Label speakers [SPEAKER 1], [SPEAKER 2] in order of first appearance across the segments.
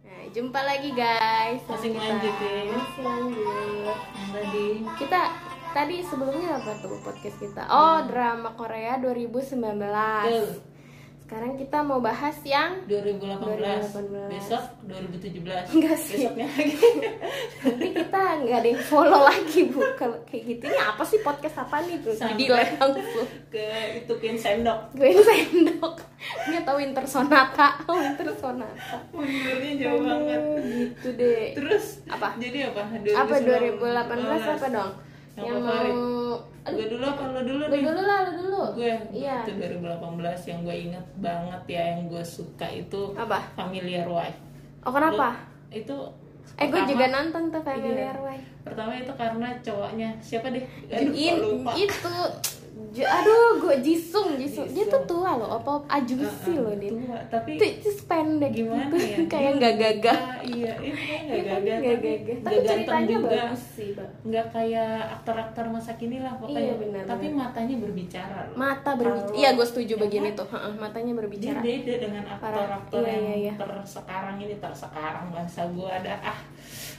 [SPEAKER 1] Nah, Jumpa lagi guys. sama
[SPEAKER 2] Masih
[SPEAKER 1] kita.
[SPEAKER 2] lanjutin.
[SPEAKER 1] Masih lanjut.
[SPEAKER 2] yang tadi
[SPEAKER 1] Kita tadi sebelumnya apa tuh podcast kita? Oh, drama Korea 2019.
[SPEAKER 2] Betul.
[SPEAKER 1] Sekarang kita mau bahas yang
[SPEAKER 2] 2018,
[SPEAKER 1] 2018.
[SPEAKER 2] besok 2017
[SPEAKER 1] Enggak sih.
[SPEAKER 2] besoknya lagi
[SPEAKER 1] nanti kita nggak ada yang follow lagi bu. Kalau kayak gitu ini apa sih podcast apa nih tuh?
[SPEAKER 2] Sama.
[SPEAKER 1] Di langsung.
[SPEAKER 2] ke itukin sendok
[SPEAKER 1] Gue sendok. Nggak tahu Winter Sonata. Winter Sonata.
[SPEAKER 2] mundurnya jauh banget
[SPEAKER 1] Aduh, gitu deh.
[SPEAKER 2] terus
[SPEAKER 1] Apa?
[SPEAKER 2] jadi apa
[SPEAKER 1] apa 2018 apa dong?
[SPEAKER 2] Yang
[SPEAKER 1] Yang,
[SPEAKER 2] favorit.
[SPEAKER 1] mau
[SPEAKER 2] gue dulu apa lo dulu
[SPEAKER 1] lu
[SPEAKER 2] nih
[SPEAKER 1] dulu lah, lu dulu.
[SPEAKER 2] gue
[SPEAKER 1] Iya.
[SPEAKER 2] itu 2018 yang gue inget banget ya yang gue suka itu
[SPEAKER 1] Apa?
[SPEAKER 2] familiar wife
[SPEAKER 1] Oh, kenapa?
[SPEAKER 2] Lu- itu
[SPEAKER 1] eh, gue
[SPEAKER 2] pertama-
[SPEAKER 1] juga nonton tuh Familiar
[SPEAKER 2] Iya.
[SPEAKER 1] Wife.
[SPEAKER 2] pertama itu karena cowoknya siapa deh Aduh,
[SPEAKER 1] Jin
[SPEAKER 2] kok lupa
[SPEAKER 1] itu Ju- aduh, gue Jisung, Jisung. Dia
[SPEAKER 2] Jisung.
[SPEAKER 1] tuh tua loh, apa ajusi
[SPEAKER 2] Heeh,
[SPEAKER 1] loh dia.
[SPEAKER 2] tua, tapi
[SPEAKER 1] Itu just pendek
[SPEAKER 2] gimana
[SPEAKER 1] gitu,
[SPEAKER 2] ya
[SPEAKER 1] kayak nggak gagah.
[SPEAKER 2] Ah, iya eh, dia
[SPEAKER 1] Iya, tapi
[SPEAKER 2] nggak gagah
[SPEAKER 1] nggak
[SPEAKER 2] tapi
[SPEAKER 1] gagah.
[SPEAKER 2] nggak
[SPEAKER 1] Tapi
[SPEAKER 2] ganteng
[SPEAKER 1] ceritanya
[SPEAKER 2] juga
[SPEAKER 1] bagus sih, Bang.
[SPEAKER 2] nggak kayak aktor-aktor masa kini lah pokoknya
[SPEAKER 1] Iya, benar,
[SPEAKER 2] tapi matanya berbicara loh.
[SPEAKER 1] Mata berbicara.
[SPEAKER 2] Kalau-
[SPEAKER 1] Iya, gue setuju
[SPEAKER 2] Ya
[SPEAKER 1] bagian
[SPEAKER 2] kan?
[SPEAKER 1] itu. Heeh, matanya
[SPEAKER 2] dia
[SPEAKER 1] berbicara.
[SPEAKER 2] beda dengan aktor-aktor
[SPEAKER 1] Parah. Iya,
[SPEAKER 2] yang
[SPEAKER 1] iya, iya.
[SPEAKER 2] tersekarang ini tersekarang bahasa gua ada ah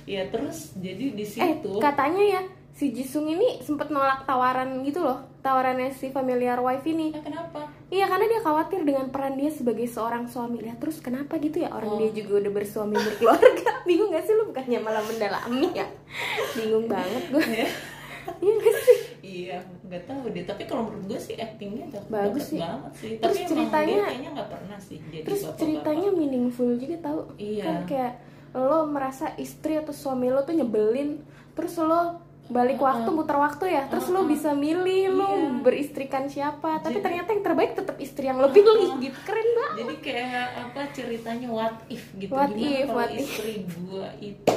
[SPEAKER 2] ya terus jadi di
[SPEAKER 1] Eh,
[SPEAKER 2] situ
[SPEAKER 1] katanya ya si Jisung ini sempet nolak tawaran gitu loh, tawarannya si Familiar Wife ini.
[SPEAKER 2] "Ah, kenapa
[SPEAKER 1] Iya karena dia khawatir dengan peran dia sebagai seorang suami Lah terus kenapa gitu ya orang
[SPEAKER 2] Oh.
[SPEAKER 1] dia juga udah bersuami berkeluarga Bingung gak sih lu bukannya malah mendalami ya Bingung banget gue Iya gak sih
[SPEAKER 2] iya nggak tahu deh tapi kalau menurut gue sih actingnya dapet,
[SPEAKER 1] Bagus
[SPEAKER 2] dapet
[SPEAKER 1] sih.
[SPEAKER 2] banget sih
[SPEAKER 1] Terus
[SPEAKER 2] tapi emang dia
[SPEAKER 1] ceritanya-
[SPEAKER 2] kayaknya nggak pernah sih jadi
[SPEAKER 1] Terus
[SPEAKER 2] bapak-bapak.
[SPEAKER 1] ceritanya meaningful juga tau
[SPEAKER 2] Iya.
[SPEAKER 1] Kan kayak lo merasa istri atau suami lo tuh nyebelin Terus lo balik waktu muter waktu ya Terus lo bisa milih lo
[SPEAKER 2] Iya.
[SPEAKER 1] beristrikan siapa Tapi ternyata yang terbaik tetap istri yang lo pilih gitu Keren banget
[SPEAKER 2] jadi kayak apa ceritanya what if gitu
[SPEAKER 1] What
[SPEAKER 2] gimana
[SPEAKER 1] if,
[SPEAKER 2] kalau
[SPEAKER 1] what if.
[SPEAKER 2] istri gua itu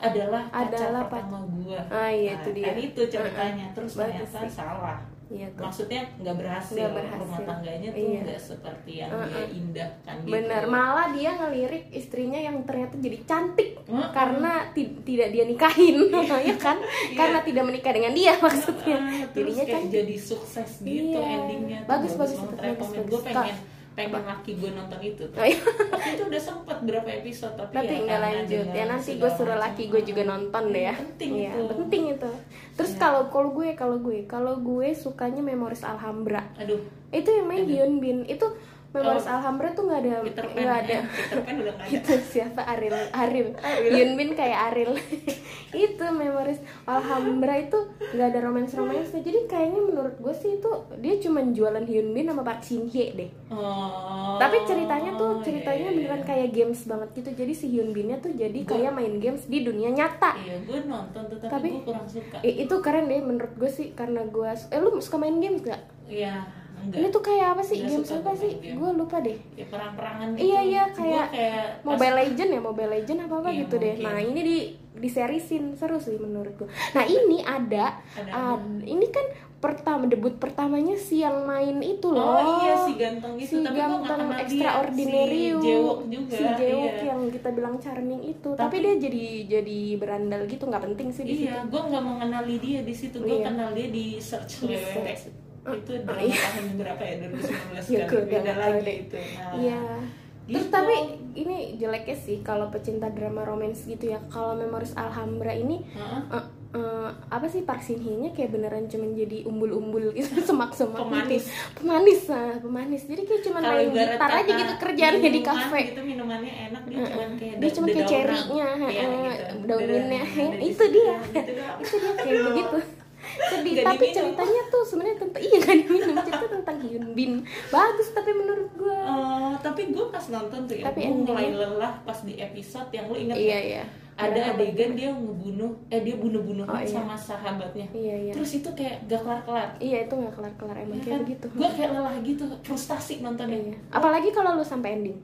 [SPEAKER 2] adalah pacar
[SPEAKER 1] Adalah
[SPEAKER 2] pertama gua
[SPEAKER 1] Ah, iya, itu dia.
[SPEAKER 2] kan itu ceritanya terus
[SPEAKER 1] Bagus
[SPEAKER 2] ternyata salah
[SPEAKER 1] Iya tuh
[SPEAKER 2] maksudnya nggak berhasil.
[SPEAKER 1] Nggak berhasil.
[SPEAKER 2] rumah tangganya tuh
[SPEAKER 1] Iya. ah.
[SPEAKER 2] nggak seperti yang dia indahkan gitu
[SPEAKER 1] Bener, malah dia ngelirik istrinya yang ternyata jadi cantik
[SPEAKER 2] Mm-mm.
[SPEAKER 1] karena ti- tidak dia nikahin, ya kan? Karena tidak menikah dengan dia maksudnya.
[SPEAKER 2] Ah, Iya. terus
[SPEAKER 1] Jadinya
[SPEAKER 2] kayak
[SPEAKER 1] cantik.
[SPEAKER 2] jadi sukses gitu
[SPEAKER 1] Iya.
[SPEAKER 2] endingnya tuh
[SPEAKER 1] Bagus, bagus,
[SPEAKER 2] banget.
[SPEAKER 1] bagus,
[SPEAKER 2] Rekomen.
[SPEAKER 1] bagus.
[SPEAKER 2] gue pengen pengen laki gue nonton itu tuh.
[SPEAKER 1] Oh, iya.
[SPEAKER 2] Waktu itu udah sempet berapa episode tapi
[SPEAKER 1] Nanti
[SPEAKER 2] ya,
[SPEAKER 1] nggak
[SPEAKER 2] karena
[SPEAKER 1] lanjut ya
[SPEAKER 2] dengan
[SPEAKER 1] nanti gue
[SPEAKER 2] segala
[SPEAKER 1] suruh
[SPEAKER 2] macam-
[SPEAKER 1] laki gue juga nonton deh ya.
[SPEAKER 2] Penting
[SPEAKER 1] Iya,
[SPEAKER 2] itu. Iya.
[SPEAKER 1] penting itu. Terus kalau kalau gue kalau gue kalau gue sukanya Memories Alhambra
[SPEAKER 2] aduh
[SPEAKER 1] itu yang main Hyun Bin itu Memories
[SPEAKER 2] Oh.
[SPEAKER 1] Alhambra tuh nggak ada
[SPEAKER 2] Peter
[SPEAKER 1] nggak
[SPEAKER 2] Pan
[SPEAKER 1] Iya, ada Gitu.
[SPEAKER 2] eh, Peter Pan udah nggak ada
[SPEAKER 1] itu siapa Aril Aril Yunbin kayak Aril itu memoris Alhambra itu nggak ada romance romance jadi kayaknya menurut gue sih itu dia cuman jualan Yunbin sama Park Shin Hye deh
[SPEAKER 2] Oh,
[SPEAKER 1] tapi ceritanya tuh ceritanya
[SPEAKER 2] iya, iya.
[SPEAKER 1] beneran kayak games banget gitu jadi si Yunbinnya tuh jadi kayak main games di dunia nyata
[SPEAKER 2] iya gue nonton tuh tapi,
[SPEAKER 1] Tapi-
[SPEAKER 2] gue kurang suka
[SPEAKER 1] Eh, itu keren deh menurut gue sih karena gue eh lu suka main games gak?
[SPEAKER 2] iya enggak
[SPEAKER 1] Ini tuh kayak apa sih
[SPEAKER 2] Nggak
[SPEAKER 1] games
[SPEAKER 2] suka
[SPEAKER 1] apa
[SPEAKER 2] gua main
[SPEAKER 1] sih?
[SPEAKER 2] game.
[SPEAKER 1] Gue lupa deh.
[SPEAKER 2] ya perang-perangan gitu.
[SPEAKER 1] Iya, iya,
[SPEAKER 2] Gua
[SPEAKER 1] kayak
[SPEAKER 2] kayak pas-
[SPEAKER 1] Mobile Legend ya, Mobile Legend apa apa
[SPEAKER 2] Iya,
[SPEAKER 1] gitu deh.
[SPEAKER 2] mungkin.
[SPEAKER 1] Nah ini di di serisin seru sih menurut gua. Nah ini ada,
[SPEAKER 2] Ada
[SPEAKER 1] ad- ini kan pertama debut pertamanya si yang main itu
[SPEAKER 2] oh,
[SPEAKER 1] loh.
[SPEAKER 2] iya si ganteng
[SPEAKER 1] si
[SPEAKER 2] gitu tapi gue
[SPEAKER 1] ganteng
[SPEAKER 2] gak kenal dia
[SPEAKER 1] extraordinarium
[SPEAKER 2] si Jewok juga
[SPEAKER 1] si Jewok
[SPEAKER 2] iya.
[SPEAKER 1] yang kita bilang charming itu. Tapi,
[SPEAKER 2] Tapi-
[SPEAKER 1] dia jadi jadi berandal gitu nggak penting sih di
[SPEAKER 2] Iya, gue nggak mengenali dia di situ. Gue
[SPEAKER 1] Iya.
[SPEAKER 2] kenal dia di search
[SPEAKER 1] Di
[SPEAKER 2] WWW.
[SPEAKER 1] search. Oh, iya.
[SPEAKER 2] Itu drama tahun berapa ya? 2019
[SPEAKER 1] Ya,
[SPEAKER 2] kan?
[SPEAKER 1] gua
[SPEAKER 2] Beda
[SPEAKER 1] nggak tahu
[SPEAKER 2] lagi
[SPEAKER 1] deh.
[SPEAKER 2] itu. Nah,
[SPEAKER 1] Iya. Terus
[SPEAKER 2] gitu.
[SPEAKER 1] tapi ini jeleknya sih kalau pecinta drama romance gitu ya. Kalau Memories Alhambra ini
[SPEAKER 2] Heeh.
[SPEAKER 1] eh, eh, apa sih Park Shin Hye-nya kayak beneran cuman jadi umbul-umbul gitu semak-semak gitu.
[SPEAKER 2] Pemanis.
[SPEAKER 1] Pemanis ah, pemanis. Jadi kayak cuman
[SPEAKER 2] Kalau
[SPEAKER 1] main
[SPEAKER 2] ibarat
[SPEAKER 1] gitar aja
[SPEAKER 2] kata
[SPEAKER 1] gitu kerjaannya di
[SPEAKER 2] minuman
[SPEAKER 1] kafe.
[SPEAKER 2] Gitu minumannya enak dia cuma kayak
[SPEAKER 1] Dia cuma kayak
[SPEAKER 2] dedaunan.
[SPEAKER 1] cerinya,
[SPEAKER 2] Iya,
[SPEAKER 1] eh,
[SPEAKER 2] gitu.
[SPEAKER 1] dauninnya.
[SPEAKER 2] Dedaunan,
[SPEAKER 1] Itu
[SPEAKER 2] dedaunan,
[SPEAKER 1] dia.
[SPEAKER 2] gitu doang.
[SPEAKER 1] itu dia kayak begitu sedih
[SPEAKER 2] Nggak
[SPEAKER 1] tapi
[SPEAKER 2] diminum.
[SPEAKER 1] ceritanya tuh sebenarnya tentang iya gak diminum cerita tentang Hyun Bin bagus tapi menurut gue
[SPEAKER 2] Eh, tapi gue pas nonton tuh ya,
[SPEAKER 1] Tapi
[SPEAKER 2] gue
[SPEAKER 1] endingnya-
[SPEAKER 2] mulai lelah pas di episode yang lu inget
[SPEAKER 1] iya
[SPEAKER 2] nggak?
[SPEAKER 1] iya
[SPEAKER 2] Oh, ada adegan dia ngebunuh, eh dia bunuh-bunuhan
[SPEAKER 1] Oh, iya.
[SPEAKER 2] sama sahabatnya.
[SPEAKER 1] iya iya
[SPEAKER 2] Terus itu kayak gak kelar-kelar.
[SPEAKER 1] iya itu nggak kelar kelar emang kayak begitu
[SPEAKER 2] Gue kayak lelah gitu, frustasi
[SPEAKER 1] Iya.
[SPEAKER 2] nontonnya.
[SPEAKER 1] apalagi kalau lu sampai ending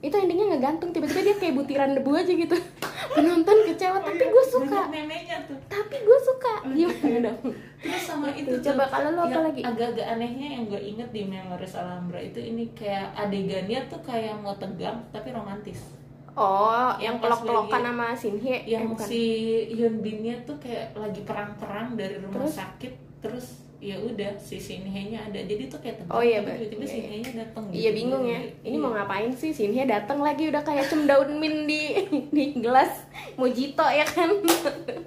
[SPEAKER 1] itu endingnya ngegantung tiba-tiba dia kayak butiran debu aja gitu penonton kecewa tapi gue suka
[SPEAKER 2] Banyak memenya tuh.
[SPEAKER 1] tapi gue suka gimana dong
[SPEAKER 2] Terus sama itu tuh,
[SPEAKER 1] coba kalau lu apa
[SPEAKER 2] yang
[SPEAKER 1] lagi?
[SPEAKER 2] Agak-agak anehnya yang gue inget di Memories Alhambra itu ini kayak adegannya tuh kayak mau tegang tapi romantis.
[SPEAKER 1] oh yang
[SPEAKER 2] Yang pas
[SPEAKER 1] pelok pelokan
[SPEAKER 2] lagi-
[SPEAKER 1] sama Sinhye eh,
[SPEAKER 2] Yang
[SPEAKER 1] bukan
[SPEAKER 2] si Hyun Binnya tuh kayak lagi perang-perang dari rumah
[SPEAKER 1] Terus?
[SPEAKER 2] sakit terus ya udah si Shinhye-nya ada jadi tuh kayak tegang
[SPEAKER 1] Oh, iya,
[SPEAKER 2] Tapi
[SPEAKER 1] Bang.
[SPEAKER 2] tiba-tiba gitu.
[SPEAKER 1] Iya,
[SPEAKER 2] Shinhye-nya datang
[SPEAKER 1] Iya bingung ya. Ini mau ngapain sih? Shinhye datang lagi udah kayak cemdaun min di di gelas mojito ya kan.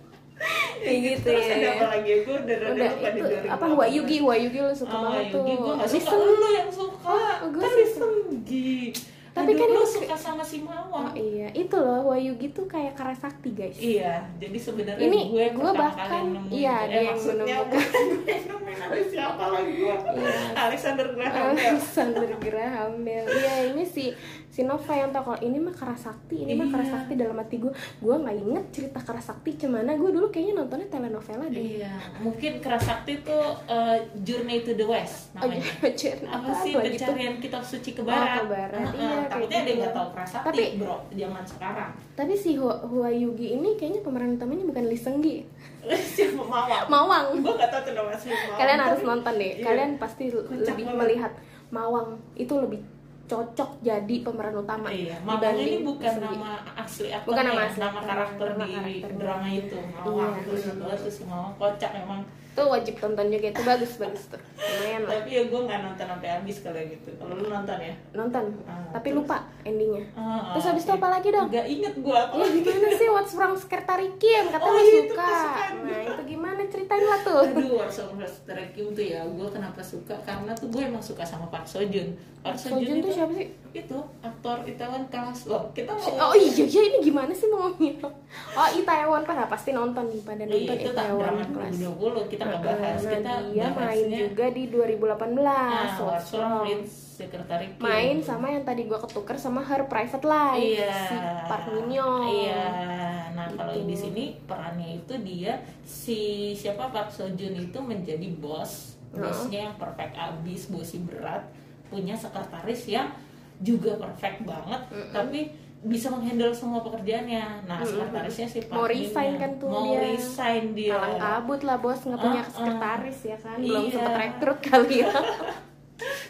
[SPEAKER 1] Kayak gitu
[SPEAKER 2] terus ada apa
[SPEAKER 1] ya.
[SPEAKER 2] lagi ya gue udah
[SPEAKER 1] Udah itu apa Wayugi Ah, Wayugi lu suka
[SPEAKER 2] Oh,
[SPEAKER 1] banget tuh.
[SPEAKER 2] Yugi, gue gak suka
[SPEAKER 1] Listen.
[SPEAKER 2] lu yang suka
[SPEAKER 1] Oh, gua
[SPEAKER 2] Kan
[SPEAKER 1] suka.
[SPEAKER 2] Risengi
[SPEAKER 1] Tapi
[SPEAKER 2] Aduh,
[SPEAKER 1] kan
[SPEAKER 2] lu
[SPEAKER 1] itu-
[SPEAKER 2] suka sama si
[SPEAKER 1] Oh
[SPEAKER 2] Mawar
[SPEAKER 1] iya, itu loh Wayugi tuh kayak karya sakti guys.
[SPEAKER 2] Iya, jadi sebenarnya
[SPEAKER 1] Ini
[SPEAKER 2] gue,
[SPEAKER 1] gua
[SPEAKER 2] pertama
[SPEAKER 1] bahkan-
[SPEAKER 2] kali nemuin
[SPEAKER 1] iya,
[SPEAKER 2] itu.
[SPEAKER 1] dia yang
[SPEAKER 2] maksudnya
[SPEAKER 1] menemukan. Iya.
[SPEAKER 2] bukan gue yang nemuin tapi siapa lagi gue? Alexander Graham Bell.
[SPEAKER 1] Alexander Graham Bell Iya ini si si Nova yang tau kalau ini mah Karasakti ini mah
[SPEAKER 2] Iya.
[SPEAKER 1] Karasakti dalam hati gue gue nggak inget cerita Karasakti cuman gue dulu kayaknya nontonnya telenovela deh
[SPEAKER 2] Iya, mungkin Kerasakti tuh eh, Journey to the West
[SPEAKER 1] Oh,
[SPEAKER 2] namanya.
[SPEAKER 1] cerita
[SPEAKER 2] apa
[SPEAKER 1] apa
[SPEAKER 2] sih
[SPEAKER 1] gitu.
[SPEAKER 2] pencarian kitab suci ke barat?
[SPEAKER 1] Oh, ke barat.
[SPEAKER 2] Heeh,
[SPEAKER 1] Iya, kayak
[SPEAKER 2] takutnya ada yang
[SPEAKER 1] gitu.
[SPEAKER 2] nggak tahu Kerasakti,
[SPEAKER 1] Tapi-
[SPEAKER 2] bro, zaman sekarang.
[SPEAKER 1] Tapi si Hua, Hua Yugi ini kayaknya pemeran utamanya bukan Lee Seung Gi,
[SPEAKER 2] Siapa Mawar?
[SPEAKER 1] Mawang.
[SPEAKER 2] Gue gak tau tuh namanya siapa Mawar.
[SPEAKER 1] Kalian harus
[SPEAKER 2] Tapi-
[SPEAKER 1] nonton deh.
[SPEAKER 2] Iya.
[SPEAKER 1] Kalian pasti
[SPEAKER 2] Kocak
[SPEAKER 1] lebih
[SPEAKER 2] banget.
[SPEAKER 1] melihat Mawang itu lebih cocok jadi pemeran utama.
[SPEAKER 2] Iya, Mawar ini
[SPEAKER 1] dibanding
[SPEAKER 2] bukan
[SPEAKER 1] Lee Seung Gi.
[SPEAKER 2] nama asli aktornya,
[SPEAKER 1] Bukan nama
[SPEAKER 2] ya,
[SPEAKER 1] asli
[SPEAKER 2] nama
[SPEAKER 1] aktornya,
[SPEAKER 2] karakter
[SPEAKER 1] nama
[SPEAKER 2] di
[SPEAKER 1] karakternya.
[SPEAKER 2] drama itu. Mawar,
[SPEAKER 1] Iya.
[SPEAKER 2] terus gue terus Mawar kocak emang.
[SPEAKER 1] Tuh wajib tonton juga itu bagus bagus tuh. Lumayan lah.
[SPEAKER 2] Tapi ya gue gak nonton sampai habis kalau yang gitu. Kalau lu nonton ya?
[SPEAKER 1] Nonton.
[SPEAKER 2] Ah,
[SPEAKER 1] Tapi
[SPEAKER 2] terus?
[SPEAKER 1] lupa endingnya.
[SPEAKER 2] Ah,
[SPEAKER 1] Terus
[SPEAKER 2] ah,
[SPEAKER 1] habis itu
[SPEAKER 2] iya.
[SPEAKER 1] apa lagi dong?
[SPEAKER 2] Gak inget gue apa
[SPEAKER 1] Ya gimana sih What's Wrong Secretary Kim kata
[SPEAKER 2] Oh,
[SPEAKER 1] lo
[SPEAKER 2] iya, itu
[SPEAKER 1] suka.
[SPEAKER 2] kesukaan gua.
[SPEAKER 1] Nah, itu gimana ceritain lah tuh.
[SPEAKER 2] Aduh, Wars of Requiem tuh ya, gue kenapa suka? Karena tuh gue emang suka sama Park Seo Joon. Park Seo
[SPEAKER 1] Sojun
[SPEAKER 2] Joon
[SPEAKER 1] tuh
[SPEAKER 2] itu,
[SPEAKER 1] siapa sih?
[SPEAKER 2] itu aktor Itaewon kelas lo. Kita mau
[SPEAKER 1] Oh iya iya ini gimana sih mau ngomongin Oh Itaewon kan pasti nonton nih pada
[SPEAKER 2] Iya,
[SPEAKER 1] nonton
[SPEAKER 2] itu tak
[SPEAKER 1] Itaewon
[SPEAKER 2] drama
[SPEAKER 1] kelas.
[SPEAKER 2] 2020 kita nggak bahas.
[SPEAKER 1] Nah,
[SPEAKER 2] Kita
[SPEAKER 1] dia main
[SPEAKER 2] bahasnya
[SPEAKER 1] juga di 2018
[SPEAKER 2] nah, Wars
[SPEAKER 1] What's
[SPEAKER 2] of
[SPEAKER 1] Wrong.
[SPEAKER 2] Prince Secretary Kim.
[SPEAKER 1] Main sama yang tadi gua ketuker sama Her Private Life
[SPEAKER 2] Iya.
[SPEAKER 1] si Park Min Young.
[SPEAKER 2] Iya. Nah, kalau
[SPEAKER 1] Gitu.
[SPEAKER 2] di sini perannya itu dia si siapa Park Seo Joon itu menjadi bos,
[SPEAKER 1] Heeh.
[SPEAKER 2] bosnya yang perfect abis, bosi berat, punya sekretaris yang juga perfect banget, tapi bisa menghandle semua pekerjaannya. Nah,
[SPEAKER 1] Mm-mm.
[SPEAKER 2] sekretarisnya si Park
[SPEAKER 1] Mau
[SPEAKER 2] Min
[SPEAKER 1] resign
[SPEAKER 2] Young.
[SPEAKER 1] kan tuh
[SPEAKER 2] mau
[SPEAKER 1] dia.
[SPEAKER 2] resign dia.
[SPEAKER 1] Kalang kabut lah bos nggak punya
[SPEAKER 2] Iya. Ah, ah.
[SPEAKER 1] sekretaris ya kan belum
[SPEAKER 2] Iya.
[SPEAKER 1] sempet rekrut kali ya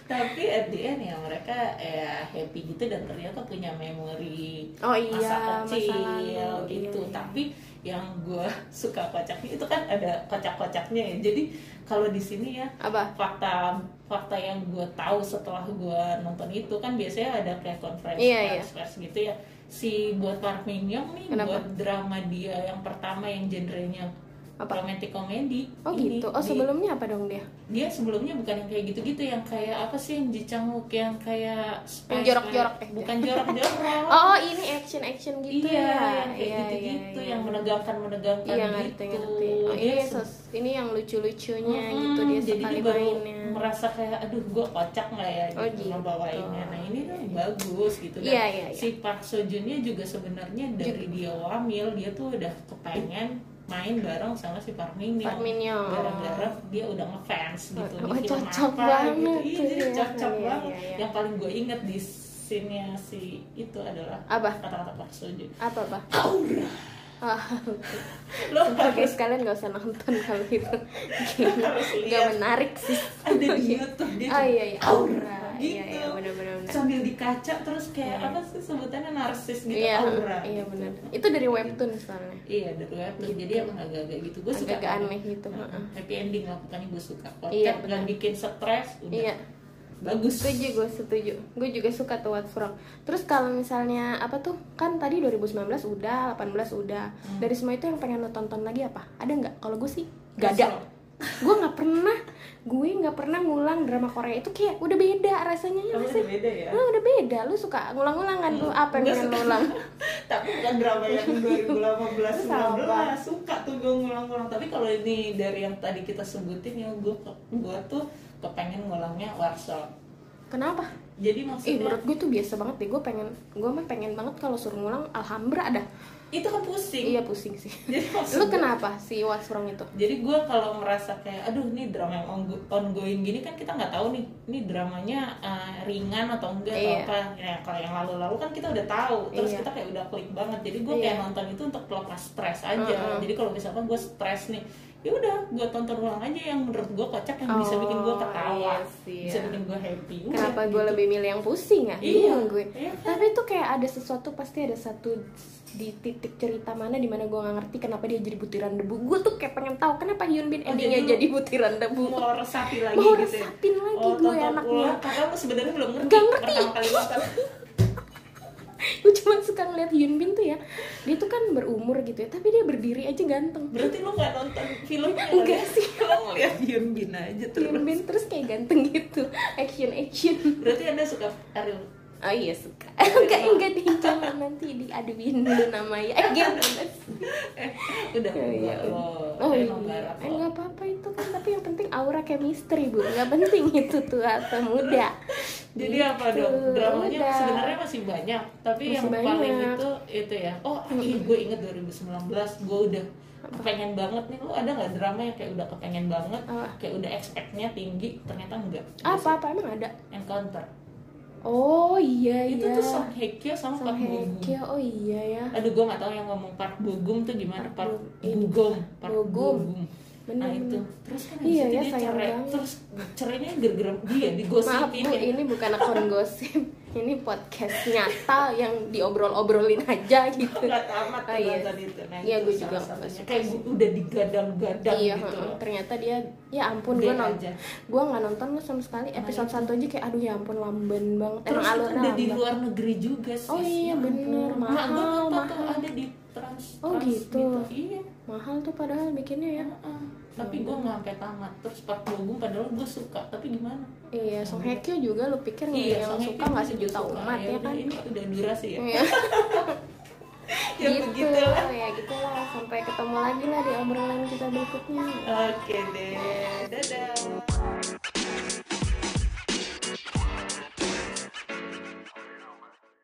[SPEAKER 2] Tapi at the end ya mereka ya happy gitu dan ternyata punya memori
[SPEAKER 1] oh iya
[SPEAKER 2] masa
[SPEAKER 1] masa
[SPEAKER 2] kecil
[SPEAKER 1] lalu,
[SPEAKER 2] gitu
[SPEAKER 1] iya.
[SPEAKER 2] tapi yang gue suka kocaknya itu kan ada kocak-kocaknya ya jadi kalau di sini ya
[SPEAKER 1] apa
[SPEAKER 2] fakta fakta yang gue tahu setelah gue nonton itu kan biasanya ada kayak conference
[SPEAKER 1] Iya,
[SPEAKER 2] press, press gitu ya si buat Park Min Young nih
[SPEAKER 1] Kenapa?
[SPEAKER 2] buat drama dia yang pertama yang genrenya
[SPEAKER 1] Apa?
[SPEAKER 2] romantic comedy
[SPEAKER 1] oh
[SPEAKER 2] ini
[SPEAKER 1] gitu oh
[SPEAKER 2] di-
[SPEAKER 1] sebelumnya apa dong dia
[SPEAKER 2] dia sebelumnya bukan yang kayak gitu-gitu yang kayak apa sih yang jicanguk yang kayak
[SPEAKER 1] Yang jorok-jorok ya?
[SPEAKER 2] bukan jorok-jorok
[SPEAKER 1] oh ini action action gitu
[SPEAKER 2] iya,
[SPEAKER 1] ya
[SPEAKER 2] yang kayak
[SPEAKER 1] Iya,
[SPEAKER 2] gitu-gitu,
[SPEAKER 1] iya,
[SPEAKER 2] yang
[SPEAKER 1] iya.
[SPEAKER 2] menegangkan menegangkan
[SPEAKER 1] Iya
[SPEAKER 2] gitu.
[SPEAKER 1] ngerti ngerti. Oh,
[SPEAKER 2] Dia
[SPEAKER 1] iya
[SPEAKER 2] se-
[SPEAKER 1] sos, ini yang lucu-lucunya
[SPEAKER 2] Mm-mm,
[SPEAKER 1] gitu dia
[SPEAKER 2] jadi
[SPEAKER 1] sekali
[SPEAKER 2] dia baru
[SPEAKER 1] mainnya.
[SPEAKER 2] merasa kayak aduh gue kocak nggak ya
[SPEAKER 1] Oh, gitu.
[SPEAKER 2] ngebawainnya. Nah ini tuh bagus gitu. Dan
[SPEAKER 1] Iya, iya, iya.
[SPEAKER 2] Si Park Sojunnya juga sebenarnya dari dia wamil dia tuh udah kepengen main bareng sama si Park Min Young.
[SPEAKER 1] Park Min Young.
[SPEAKER 2] Gara-gara dia udah ngefans gitu.
[SPEAKER 1] Oh,
[SPEAKER 2] Di film
[SPEAKER 1] cocok
[SPEAKER 2] apa
[SPEAKER 1] banget
[SPEAKER 2] Gitu.
[SPEAKER 1] tuh
[SPEAKER 2] Iya, jadi
[SPEAKER 1] ya.
[SPEAKER 2] cocok
[SPEAKER 1] Iya,
[SPEAKER 2] banget.
[SPEAKER 1] iya, iya.
[SPEAKER 2] Yang paling gue inget di scene-nya si itu adalah
[SPEAKER 1] Apa?
[SPEAKER 2] kata-kata Park Sojun.
[SPEAKER 1] Apa apa?
[SPEAKER 2] Aura.
[SPEAKER 1] Ah,
[SPEAKER 2] Lo
[SPEAKER 1] sumpah guys kalian gak usah nonton kalau itu Gila,
[SPEAKER 2] Harus
[SPEAKER 1] Gak
[SPEAKER 2] lihat.
[SPEAKER 1] menarik sih
[SPEAKER 2] ada di YouTube Iya. dia
[SPEAKER 1] Oh
[SPEAKER 2] cuma
[SPEAKER 1] iya iya aura
[SPEAKER 2] gitu.
[SPEAKER 1] Iya iya benar-benar benar.
[SPEAKER 2] sambil di kaca terus kayak apa sih sebutannya narsis gitu
[SPEAKER 1] Iya
[SPEAKER 2] aura.
[SPEAKER 1] iya
[SPEAKER 2] gitu.
[SPEAKER 1] benar. Itu dari webtoon soalnya
[SPEAKER 2] Iya dari webtoon jadi emang agak-agak gitu gue suka.
[SPEAKER 1] Agak aneh gitu heeh.
[SPEAKER 2] Happy ending lah pokoknya gue suka. Kocak
[SPEAKER 1] Iya,
[SPEAKER 2] nggak bikin stres udah
[SPEAKER 1] Iya
[SPEAKER 2] bagus.
[SPEAKER 1] setuju gue setuju gue juga suka tuh What's Wrong terus kalau misalnya apa tuh kan tadi 2019 udah 18 udah
[SPEAKER 2] Hmm.
[SPEAKER 1] dari semua itu yang pengen lo tonton lagi apa ada nggak kalau gue sih gak ada
[SPEAKER 2] Kesel.
[SPEAKER 1] gue nggak pernah gue nggak pernah ngulang drama Korea itu kayak udah beda rasanya ya
[SPEAKER 2] Kamu
[SPEAKER 1] nggak
[SPEAKER 2] udah
[SPEAKER 1] sih?
[SPEAKER 2] beda ya.
[SPEAKER 1] lo udah beda lo suka ngulang-ngulang kan lo apa yang
[SPEAKER 2] Gua
[SPEAKER 1] pengen lo
[SPEAKER 2] suka.
[SPEAKER 1] ulang
[SPEAKER 2] tapi bukan drama yang 2018
[SPEAKER 1] Sama.
[SPEAKER 2] 19 suka tuh gue ngulang-ngulang tapi kalau ini dari yang tadi kita sebutin ya gue gue tuh kepengen ngulangnya Warsaw
[SPEAKER 1] kenapa Ih,
[SPEAKER 2] jadi maksudnya
[SPEAKER 1] menurut gue tuh biasa banget deh gue pengen gue mah pengen banget kalau suruh ngulang Alhambra ada
[SPEAKER 2] itu kan pusing
[SPEAKER 1] iya pusing sih
[SPEAKER 2] jadi maksud
[SPEAKER 1] lu kenapa si What's Wrong itu
[SPEAKER 2] jadi gue kalau merasa kayak aduh nih drama yang ongo- ongoing gini kan kita nggak tahu nih ini dramanya eh, ringan atau enggak
[SPEAKER 1] Iya.
[SPEAKER 2] atau apa Nah, kalau yang lalu-lalu kan kita udah tahu terus
[SPEAKER 1] Iya.
[SPEAKER 2] kita kayak udah klik banget jadi gue
[SPEAKER 1] Iya.
[SPEAKER 2] kayak nonton itu untuk pelepas stres aja jadi kalau misalkan gue stres nih ya udah gue tonton ulang aja yang menurut gue kocak yang bisa bikin
[SPEAKER 1] Oh,
[SPEAKER 2] gue ketawa
[SPEAKER 1] iya sih,
[SPEAKER 2] bisa
[SPEAKER 1] ya.
[SPEAKER 2] bikin gue happy Udah,
[SPEAKER 1] Kenapa
[SPEAKER 2] gitu.
[SPEAKER 1] gue lebih milih yang pusing ya?
[SPEAKER 2] Iya,
[SPEAKER 1] Bingung gue.
[SPEAKER 2] iya kan?
[SPEAKER 1] Tapi itu kayak ada sesuatu pasti ada satu di titik cerita mana dimana gue nggak ngerti kenapa dia jadi butiran debu. Gue tuh kayak pengen tahu kenapa Hyun Bin
[SPEAKER 2] Oh,
[SPEAKER 1] endingnya
[SPEAKER 2] jadi lu
[SPEAKER 1] jadi butiran debu.
[SPEAKER 2] mau resapi lagi
[SPEAKER 1] Mau
[SPEAKER 2] gitu ya?
[SPEAKER 1] resapin lagi
[SPEAKER 2] oh,
[SPEAKER 1] gue
[SPEAKER 2] tonton
[SPEAKER 1] anaknya.
[SPEAKER 2] ulang karena lu sebenarnya belum ngerti,
[SPEAKER 1] Gak ngerti.
[SPEAKER 2] pertama kali nonton
[SPEAKER 1] gue cuma suka ngeliat Hyun Bin tuh ya. Dia tuh kan berumur gitu ya, tapi dia berdiri aja ganteng.
[SPEAKER 2] berarti lu gak nonton filmnya
[SPEAKER 1] Enggak
[SPEAKER 2] kali ya?
[SPEAKER 1] sih.
[SPEAKER 2] lu ngeliat Hyun Bin aja terus
[SPEAKER 1] Hyun Bin terus kayak ganteng gitu. Action action.
[SPEAKER 2] berarti anda suka Ariel
[SPEAKER 1] Oh iya suka. enggak enggak di jangan nanti diaduin dulu namanya. Eh gimana sih?
[SPEAKER 2] eh udah
[SPEAKER 1] Ya, iya.
[SPEAKER 2] enggak lo
[SPEAKER 1] Oh iya.
[SPEAKER 2] emang barat
[SPEAKER 1] Eh
[SPEAKER 2] lo.
[SPEAKER 1] nggak apa-apa itu kan tapi yang penting aura chemistry bu. Nggak penting itu tua atau muda.
[SPEAKER 2] jadi
[SPEAKER 1] Gitu.
[SPEAKER 2] apa dong dramanya
[SPEAKER 1] Udah.
[SPEAKER 2] sebenarnya masih banyak tapi
[SPEAKER 1] Masih
[SPEAKER 2] yang
[SPEAKER 1] banyak.
[SPEAKER 2] paling itu itu ya oh ini gue inget 2019 gue udah kepengen banget nih lu ada nggak drama yang kayak udah kepengen banget
[SPEAKER 1] Apa?
[SPEAKER 2] kayak udah expectnya tinggi ternyata enggak
[SPEAKER 1] apa apa Ah, emang ada?
[SPEAKER 2] encounter
[SPEAKER 1] Oh iya
[SPEAKER 2] itu
[SPEAKER 1] iya.
[SPEAKER 2] tuh Song Hye Kyo sama
[SPEAKER 1] Song
[SPEAKER 2] Park Bo
[SPEAKER 1] Hye
[SPEAKER 2] Gum
[SPEAKER 1] Kyo. Oh iya ya.
[SPEAKER 2] aduh gue nggak tahu yang ngomong Park Bo Gum tuh gimana
[SPEAKER 1] Park
[SPEAKER 2] Park
[SPEAKER 1] Bo-
[SPEAKER 2] Bo Gum Park
[SPEAKER 1] Bo Gum.
[SPEAKER 2] nah
[SPEAKER 1] Bener,
[SPEAKER 2] itu
[SPEAKER 1] bener.
[SPEAKER 2] terus kan
[SPEAKER 1] Iya,
[SPEAKER 2] iya,
[SPEAKER 1] ya,
[SPEAKER 2] dia
[SPEAKER 1] sayang
[SPEAKER 2] cerai
[SPEAKER 1] banget.
[SPEAKER 2] terus cerainya gara-gara dia
[SPEAKER 1] Maaf
[SPEAKER 2] digosipin
[SPEAKER 1] bu, ini bukan akun gosip. Ini podcast nyata yang diobrol-obrolin aja gitu.
[SPEAKER 2] nggak tamat
[SPEAKER 1] Oh, iya.
[SPEAKER 2] nonton itu nah,
[SPEAKER 1] Iya,
[SPEAKER 2] itu
[SPEAKER 1] gue
[SPEAKER 2] salah
[SPEAKER 1] juga
[SPEAKER 2] satunya.
[SPEAKER 1] nggak suka
[SPEAKER 2] kayak
[SPEAKER 1] sih.
[SPEAKER 2] gue udah digadang-gadang
[SPEAKER 1] iya,
[SPEAKER 2] gitu
[SPEAKER 1] heeh.
[SPEAKER 2] loh.
[SPEAKER 1] ternyata dia ya ampun gue
[SPEAKER 2] Dia
[SPEAKER 1] nonton
[SPEAKER 2] aja. Nah,
[SPEAKER 1] gue nggak nonton lu sama sekali episode satu aja kayak aduh ya ampun lamban banget
[SPEAKER 2] terus
[SPEAKER 1] emang
[SPEAKER 2] itu
[SPEAKER 1] alurnya
[SPEAKER 2] udah di
[SPEAKER 1] lamban.
[SPEAKER 2] luar negeri juga sih Ya
[SPEAKER 1] Oh, iya, bener.
[SPEAKER 2] mahal nah, gue
[SPEAKER 1] Mahal,
[SPEAKER 2] nonton tuh
[SPEAKER 1] mahal.
[SPEAKER 2] ada di trans
[SPEAKER 1] Oh,
[SPEAKER 2] Trans
[SPEAKER 1] gitu.
[SPEAKER 2] iya
[SPEAKER 1] mahal tuh padahal bikinnya ya
[SPEAKER 2] heeh. tapi gue nggak sampai tamat terus Park Bo Gum padahal gue suka tapi gimana
[SPEAKER 1] iya Song Hye Kyo juga lu pikir nggak yang
[SPEAKER 2] Song Hye
[SPEAKER 1] Iya, suka nggak
[SPEAKER 2] Kyo juga
[SPEAKER 1] sejuta
[SPEAKER 2] Iya, suka.
[SPEAKER 1] umat ya,
[SPEAKER 2] udah,
[SPEAKER 1] kan
[SPEAKER 2] ini udah durasi ya
[SPEAKER 1] Iya.
[SPEAKER 2] ya
[SPEAKER 1] gitu
[SPEAKER 2] begitu lah
[SPEAKER 1] ya gitu lah sampai ketemu lagi lah di obrolan kita berikutnya
[SPEAKER 2] oke deh dadah